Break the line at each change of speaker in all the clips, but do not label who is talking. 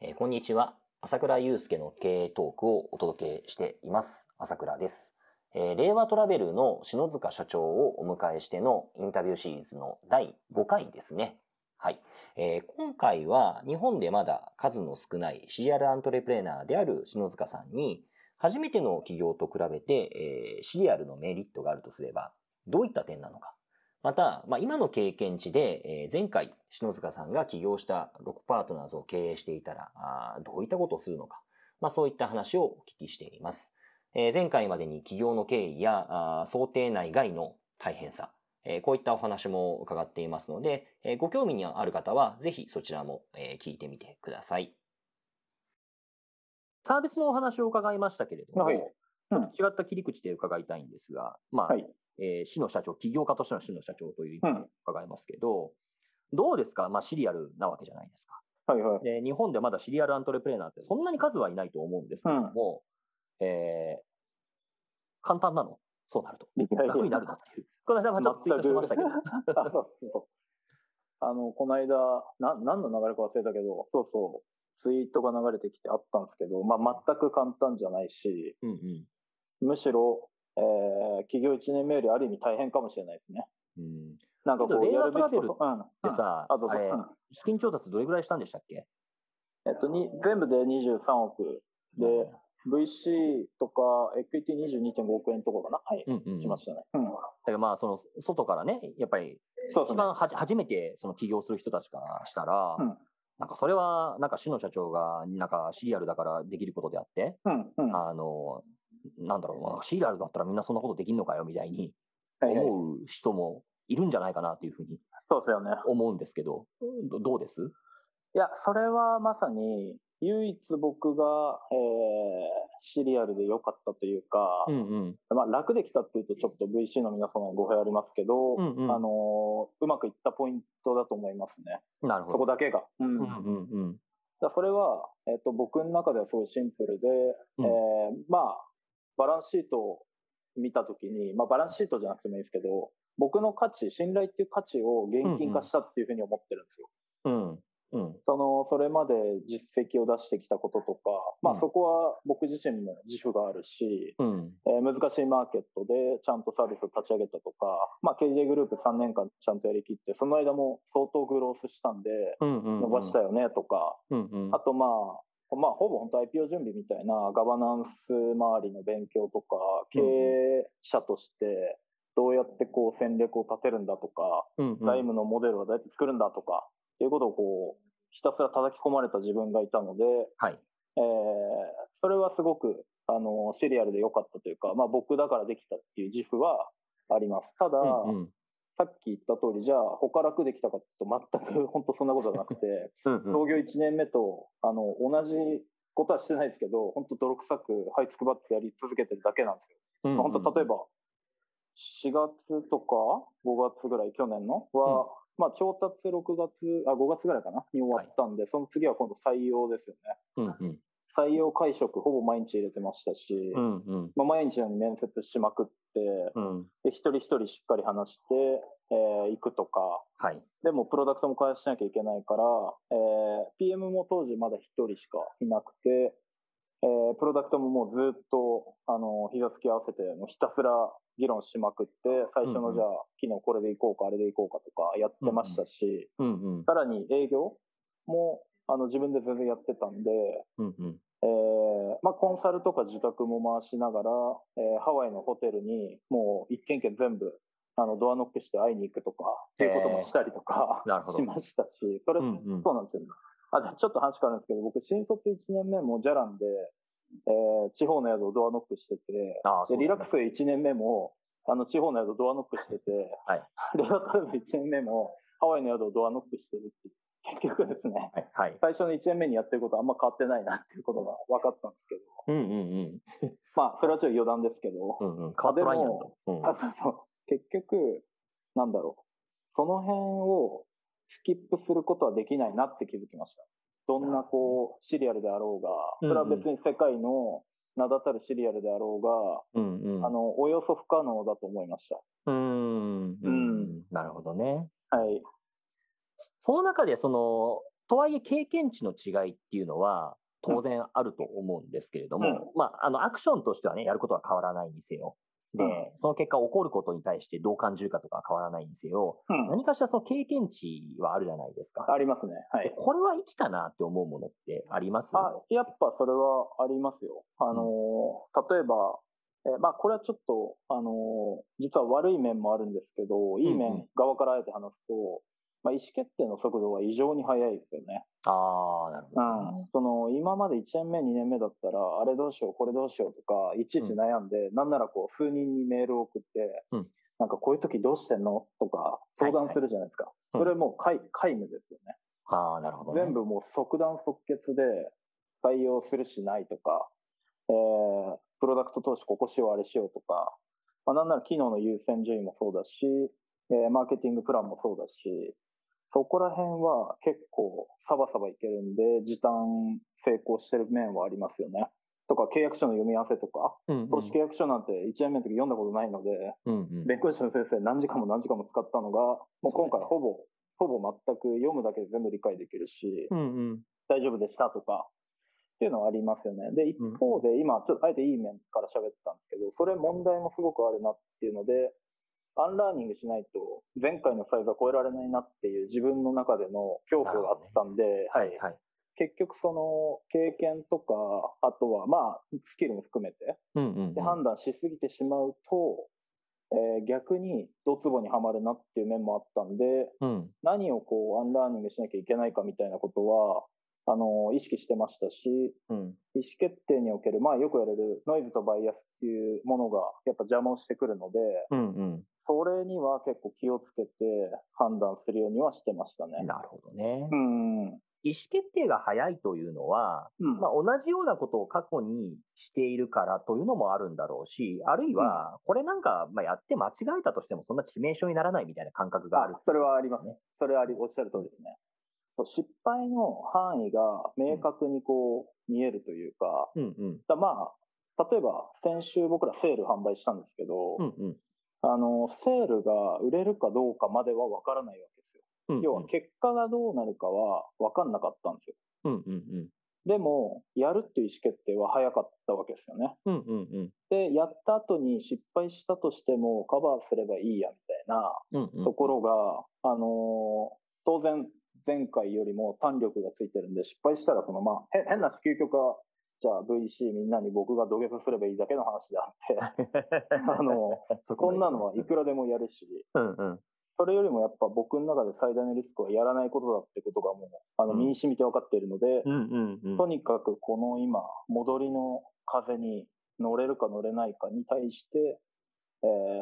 えーこんにちは。朝倉祐介の経営トークをお届けしています。朝倉です。えー令和トラベルの篠塚社長をお迎えしてのインタビューシリーズの第5回ですね。はい。えー今回は日本でまだ数の少ない CR アントレプレナーである篠塚さんに、初めての企業と比べて、えーシリアルのメリットがあるとすれば、どういった点なのか。また、まあ、今の経験値で、えー前回、篠塚さんが起業した6パートナーズを経営していたら、あーどういったことをするのか。まあ、そういった話をお聞きしています。えー前回までに起業の経緯や、あー想定内外の大変さ、えーこういったお話も伺っていますので、えーご興味のある方は、ぜひそちらも、えー聞いてみてください。サービスのお話を伺いましたけれども、
はいうん
ちょっと違った切り口で伺いたいんですが、まあ、
はい
えー市の社長、起業家としての市の社長という意
う
味
ん
で伺いますけど、どうですか、まあ、シリアルなわけじゃないですか。
はいはい。
で日本でまだシリアルアントレプレーナーってそんなに数はいないと思うんですけども、えー簡単なのそうなると。
いきなり
楽になるのっていう。この間はちょっとツイートしてましたけど。
あそうそうあの、この間、な、何の流れか忘れたけど、そうそう、ツイートが流れてきてあったんですけど、まあ、全く簡単じゃないし、
うんうん
むしろ、えー、企業1年目よりある意味大変かもしれないですね。
うん、で
なんかこ
け
う、
ど
やるべき
令
こ
和
と。うん。うん、
さ、
あ、どう
あ
ぞ。
れ
うん
資金調達どれぐらいしたんでしたっけ
えっと、に、全部で23億。で、VC とか、エクイティ22.5億円とかかな。はい。
うんうん、
しま
だ
したね。うん。
からまあその外からね、やっぱり
そうで
一
すね。
番はじ初めてその起業する人たちからしたら、
うん
なんかそれはなんか市の社長がなんかシリアルだからできることであって、
うん。うん。は
あのなんだろう、まあシリアルだったらみんなそんなことできるのかよみたいに
いはい
思う人もいるんじゃないかなというふうに
そうですよね。
思うんですけど、どどうです
いや、それはまさに、唯一僕が、えーシリアルで良かったというか、
んうん
まあ、楽できたっていうとちょっと VC の皆様は語弊ありますけど、
うんうん
あのーうまくいったポイントだと思いますね。
なるほ
そこ
ど。
だけが。うん
うん
だか
うんうん
らそれは、えっと、僕の中ではすごいシンプルで、
うん
えーまあ、バランスシートを見たときに、まあ、バランスシートじゃなくてもいいですけど、僕の価値、信頼っていう価値を現金化したっていうふうに思ってるんですよ。
うんうん
その、それまで実績を出してきたこととか、ま
うん
あそこは僕自身も自負があるし、
うん
えー難しいマーケットでちゃんとサービスを立ち上げたとか、まあ経営グループ3年間ちゃんとやりきって、その間も相当グロースしたんで、
うんうん
伸ばしたよねとか、
うんうん
あとまあ、まあ、ほぼ本当 IPO 準備みたいなガバナンス周りの勉強とか、経営者としてどうやってこう戦略を立てるんだとか、
うんうん
財務のモデルはどうやって作るんだとか、っていうことをこう、ひたすら叩き込まれた自分がいたので、
はい。
えーそれはすごく、あの、シリアルで良かったというか、まあ僕だからできたっていう自負はあります。ただ、
うんうん
さっき言った通り、じゃあ他楽できたかっていうと全く 本当そんなことはなくて、
うんうん
創業1年目と、あの、同じことはしてないですけど、本当泥臭く、はいつくばってやり続けてるだけなんですよ
うん
本当例えば、4月とか5月ぐらい、去年のは、まあ、調達6月、あ、5月ぐらいかなに終わったんで、その次は今度採用ですよね。
うんうん
採用会食、ほぼ毎日入れてましたし、
うんうん
まあ、毎日のように面接しまくって、
うん
で、一人一人しっかり話して、えー行くとか、
はい。
でも、プロダクトも開発しなきゃいけないから、えー PM も当時まだ一人しかいなくて、えープロダクトももうずっと、あの、膝つき合わせて、もうひたすら議論しまくって、最
うん
初
う
の
ん
じゃあ、昨日これでいこうか、あれでいこうかとかやってましたし、
うんうん
さらに営業も、あの、自分で全然やってたんで、
うんうん
えーまあ、コンサルとか自宅も回しながら、えーハワイのホテルにもう一軒一軒全部あのドアノックして会いに行くとかっていうこともしたりとか、
えーなるほど
しましたし、それ、
うんうん
そうなんですよね。あでちょっと話変わるんですけど、僕、新卒1年目もジャランで、えー地方の宿をドアノックしてて、
ああ、そ
で
う
リ
だ
ラ
ね
ックス1年目もあの地方の宿をドアノックしてて、
はい
リラックス1年目もハワイの宿をドアノックしてるっていう、結局ですね、
はい。はい。
最初の1年目にやってることあんま変わってないなっていうことが分かったんですけど、
うんうんうん。
まあ、それはちょっと余談ですけど、
うんうん。変わっとらんやんと。うん。
あの結局、なんだろう、その辺をスキップすることはできないなって気づきました。どんなこう、シリアルであろうが、
う
そ
ん
れは別に世界の名だたるシリアルであろう
うんうん。
が、あの、およそ不可能だと思いまし
うーん。うん。なるほどね。
た。はい。
その中で、その、とはいえ経験値の違いっていうのは当然あると思うんですけれども、まあ、あのアクションとしてはねやることは変わらないにせよで、
うん
その結果起こることに対してどう感じるかとかは変わらないにせよ
うん。
何かしらその経験値はあるじゃないですか。
ありますね。はい
で。これは生きたなって思うものってあります
あやっぱそれはありますよ。あのー例えば、えまあ、これはちょっと、あのー実は悪い面もあるんですけど、い
う
い
んう
面
ん
側からあえて話すと、まあ、意思決定の速度は異常に速いですよね。
あー、なるほ
う
ど
ん
ね。
その今まで1年目、2年目だったら、あれどうしよう、これどうしようとか、いちいち悩んで、なんならこう数人にメールを送って、
うん
なんかこういう時どうしてんのとか相談するじゃないですか。
いはい
それもう皆皆無ですよね。
あー、なるほどね。
全部もう即断即決で採用するしないとか、えープロダクト投資ここしようあれしようとか、まあ、なんなら機能の優先順位もそうだし、えーマーケティングプランもそうだし、そこら辺は結構サバサバいけるんで、時短成功してる面はありますよね。とか、契約書の読み合わせとか、
うんうん
投資契約書なんて1年目の時読んだことないので、
うんうん
弁護士の先生何時間も何時間も使ったのが、もう今回ほぼ、ほぼ全く読むだけで全部理解できるし、
うんうん
大丈夫でしたとかっていうのはありますよね。で、一方で今、ちょっとあえていい面から喋ってたんですけど、それ問題もすごくあるなっていうので、アンラーニングしないと前回のサイズは超えられないなっていう自分の中での恐怖があったんで、
はいはい。
結局その経験とか、あとはまあスキルも含めて、
うんうんうん
で判断しすぎてしまうと、えー逆にドツボにはまるなっていう面もあったんで、
うん
何をこうアンラーニングしなきゃいけないかみたいなことはあの意識してましたし
うん
意思決定における、まあ、よく言われるノイズとバイアスっていうものがやっぱ邪魔をしてくるので
うん
それには結構気をつけて判断するようにはしてましたね
う。ん。なるほどね
う。ん、うん
意思決定が早いというのは、まあ、同じようなことを過去にしているからというのもあるんだろうし、あるいは、これなんかまあやって間違えたとしても、そんな致命傷にならないみたいな感覚がある
あ。それはありますね。それはあり、おっしゃる通りですね。そう失敗の範囲が明確にこう見えるというか、
うんうん。
だまあ、例えば先週僕らセール販売したんですけど、
うんうん
あの、セールが売れるかどうかまでは分からないわけですよ。
うんうん。
要は結果がどうなるかは分かんなかったんですよ。
うんうんうん。
でも、やるっていう意思決定は早かったわけですよね。
うんうんうん。
で、やった後に失敗したとしてもカバーすればいいやみたいな
うんうん
ところが、あのー当然前回よりも弾力がついてるんで、失敗したらそのまあ、へ変な究極は、じゃあ VC みんなに僕が土下座すればいいだけの話であって、あの
そ
こんなのはいくらでもやるし、
うんうん。
それよりもやっぱ僕の中で最大のリスクはやらないことだってことがもう、あの、
うん
身に染みて分かっているので、
うんうんうん。
とにかくこの今、戻りの風に乗れるか乗れないかに対して、えー、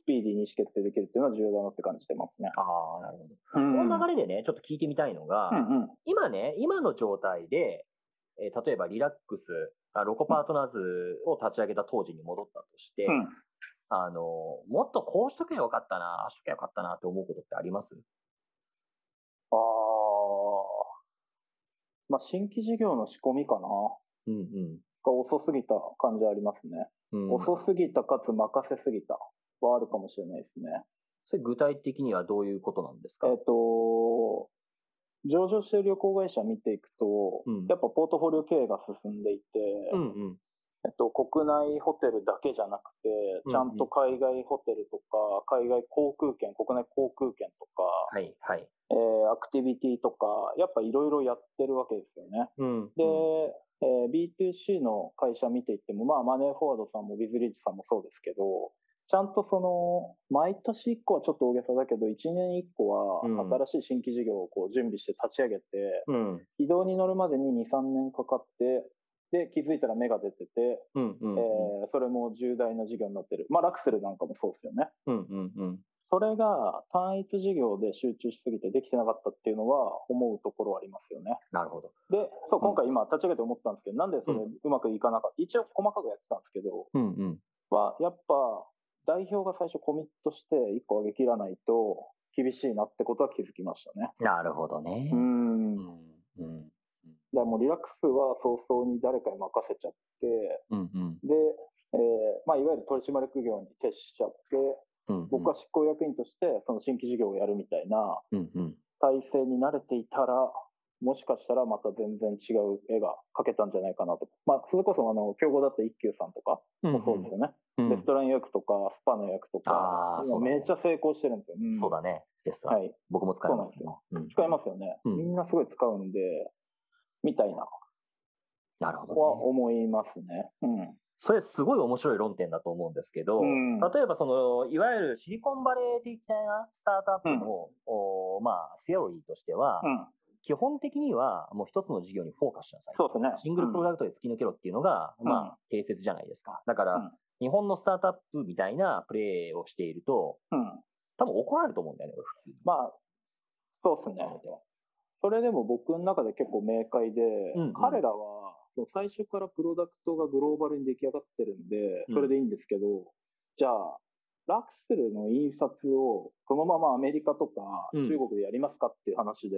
スピーディーに意思決定できるっていうのは重要だなって感じてますね。
ああ、なるほど。
う
こ
ん
の流れでね、ちょっと聞いてみたいのが、
うんうん。
今ね、今の状態で、えー例えばリラックス、あロコパートナーズを立ち上げた当時に戻ったとして、
うん
あの、もっとこうしとけばよかったな、ああしとけばよかったなって思うことってあります
ああ。まあ、新規事業の仕込みかな。
うんうん。
が遅すぎた感じありますね。
うん、
遅すぎたかつ任せすぎたはあるかもしれないですね。
それ具体的にはどういうことなんですか
えっ、と、上場している旅行会社見ていくと、
うん
やっぱポートフォリオ経営が進んでいて、
うんうん。
えっと、国内ホテルだけじゃなくて、
うん
ちゃんと海外ホテルとか、海外航空券、国内航空券とか、
はいはい。
えーアクティビティとか、やっぱいろいろやってるわけですよね。
うん。
で、えー B2C の会社見ていっても、まあ、マネーフォワードさんもビズリーチさんもそうですけど、ちゃんとその、毎年1個はちょっと大げさだけど、1年1個
うん
は新しい新規事業をこう準備して立ち上げて、
うん。
移動に乗るまでに2、3年かかって、で、気づいたら芽が出てて、
うんうん。
えーそれも重大な事業になってる。まあ、ラクセルなんかもそうですよね。
うんうんうん。
それが単一事業で集中しすぎてできてなかったっていうのは思うところありますよね。
なるほど。
で、そう、
うん
今回今立ち上げて思ったんですけど、なんでそれ
う
うまくいかなかった、一応細かくやってたんですけど、
うんうん。
は、やっぱ代表が最初コミットして一個上げきらないと厳しいなってことは気づきましたね。
なるほどね
う。ん。
うん
だか
うん
らもうリラックスは早々に誰かに任せちゃって、
うんうん
で、えーまあ、いわゆる取締役業に徹しちゃって、
うん。
僕は執行役員としてその新規事業をやるみたいな
うんうん。
体制に慣れていたら、もしかしたらまた全然違う絵が描けたんじゃないかなと。まあ、それこそ、あの、競合だった一休さんとかもそうですよ
う
ね。
ん
レストラン予約とか、スパの予約と
あ
か
ー、
今
そうだね
めっちゃ成功してるんですよ。ん
そうだね。レストラン。
はい。
僕も使います
そう
よ。うん
使いますよね。
うん
みんなすごい使うんで、みたいな、
なるほど、ね。
は思いますね。うん。
それすごい面白い論点だと思うんですけど、
うん
例えばそのいわゆるシリコンバレー的なスタートアップの、おまあ、セオリーとしては、
うん。
基本的にはもう一つの事業にフォーカスしなさい
そうですね。
シングルプロ
ダ
ダクトで突き抜けろっていうのが、
うん
まあ、定説じゃないですか。だから、
うん
日本のスタートアップみたいなプレイをしていると、
うん。
多分怒られると思うんだよね、俺普通に。
まあ、そうですね。それでも僕の中で結構明快で、
うんうん
彼らはそう最初からプロダクトがグローバルに出来上がってるんで
う、ん
それでいいんですけど、じゃあ、ラクセルの印刷をそのままアメリカとか
うん
中国でやりますかっていう話で、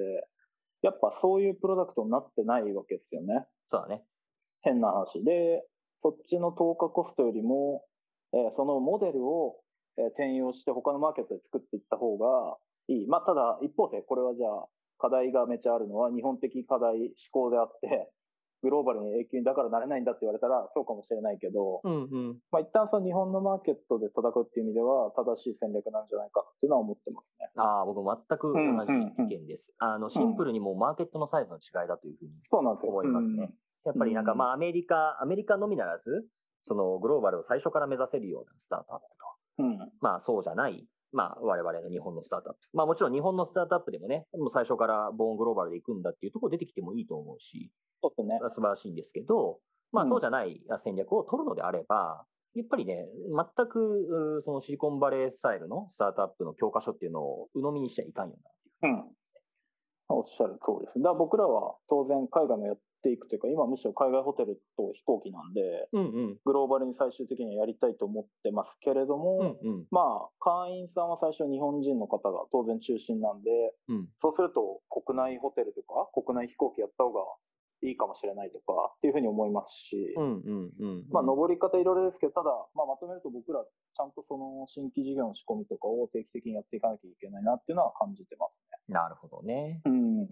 やっぱそういうプロダクトになってないわけですよね。
そうだね。
変な話。で、そっちの投下コストよりも、えーそのモデルを、えー転用して他のマーケットで作っていった方がいい。まあ、ただ、一方で、これはじゃあ、課題がめちゃあるのは日本的課題思考であって、グローバルに永久にだからなれないんだって言われたらそうかもしれないけど、
うんうん。
まあ、一旦その日本のマーケットで叩くっていう意味では正しい戦略なんじゃないかっていうのは思ってますね。
ああ、僕全く同じ意見です。あの、シンプルにもうマーケットのサイズの違いだというふうに
そうなんですよ。
思いますね。やっぱりなんか
うん
まあアメリカ、アメリカのみならず、そのグローバルを最初から目指せるようなスタートアップと、
うん。うん。
まあそうじゃない、まあ我々の日本のスタートアップ。まあもちろん日本のスタートアップでもね、もう最初からボーングローバルで行くんだっていうところ出てきてもいいと思うし、
そうですね
それ。は素晴らしいんですけど、まあ
うん
そうじゃない戦略を取るのであれば、やっぱりね、全くうーそのシリコンバレースタイルのスタートアップの教科書っていうのを鵜呑みにしちゃいかんよな。
うん。おっしゃる通りです。だから僕らは当然海外もやっていくというか、今むしろ海外ホテルと飛行機なんで、
うんうん。
グローバルに最終的にはやりたいと思ってますけれども、
うんうん。
まあ、会員さんは最初日本人の方が当然中心なんで、
うん
そうすると国内ホテルとか国内飛行機やった方がいいかもしれないとかっていうふうに思いますし、
うんうんうん。
まあ、登り方いろいろですけど、ただ、まあ、まとめると僕らちゃんとその新規事業の仕込みとかを定期的にやっていかなきゃいけないなっていうのは感じてます。
なるほどね。
うん。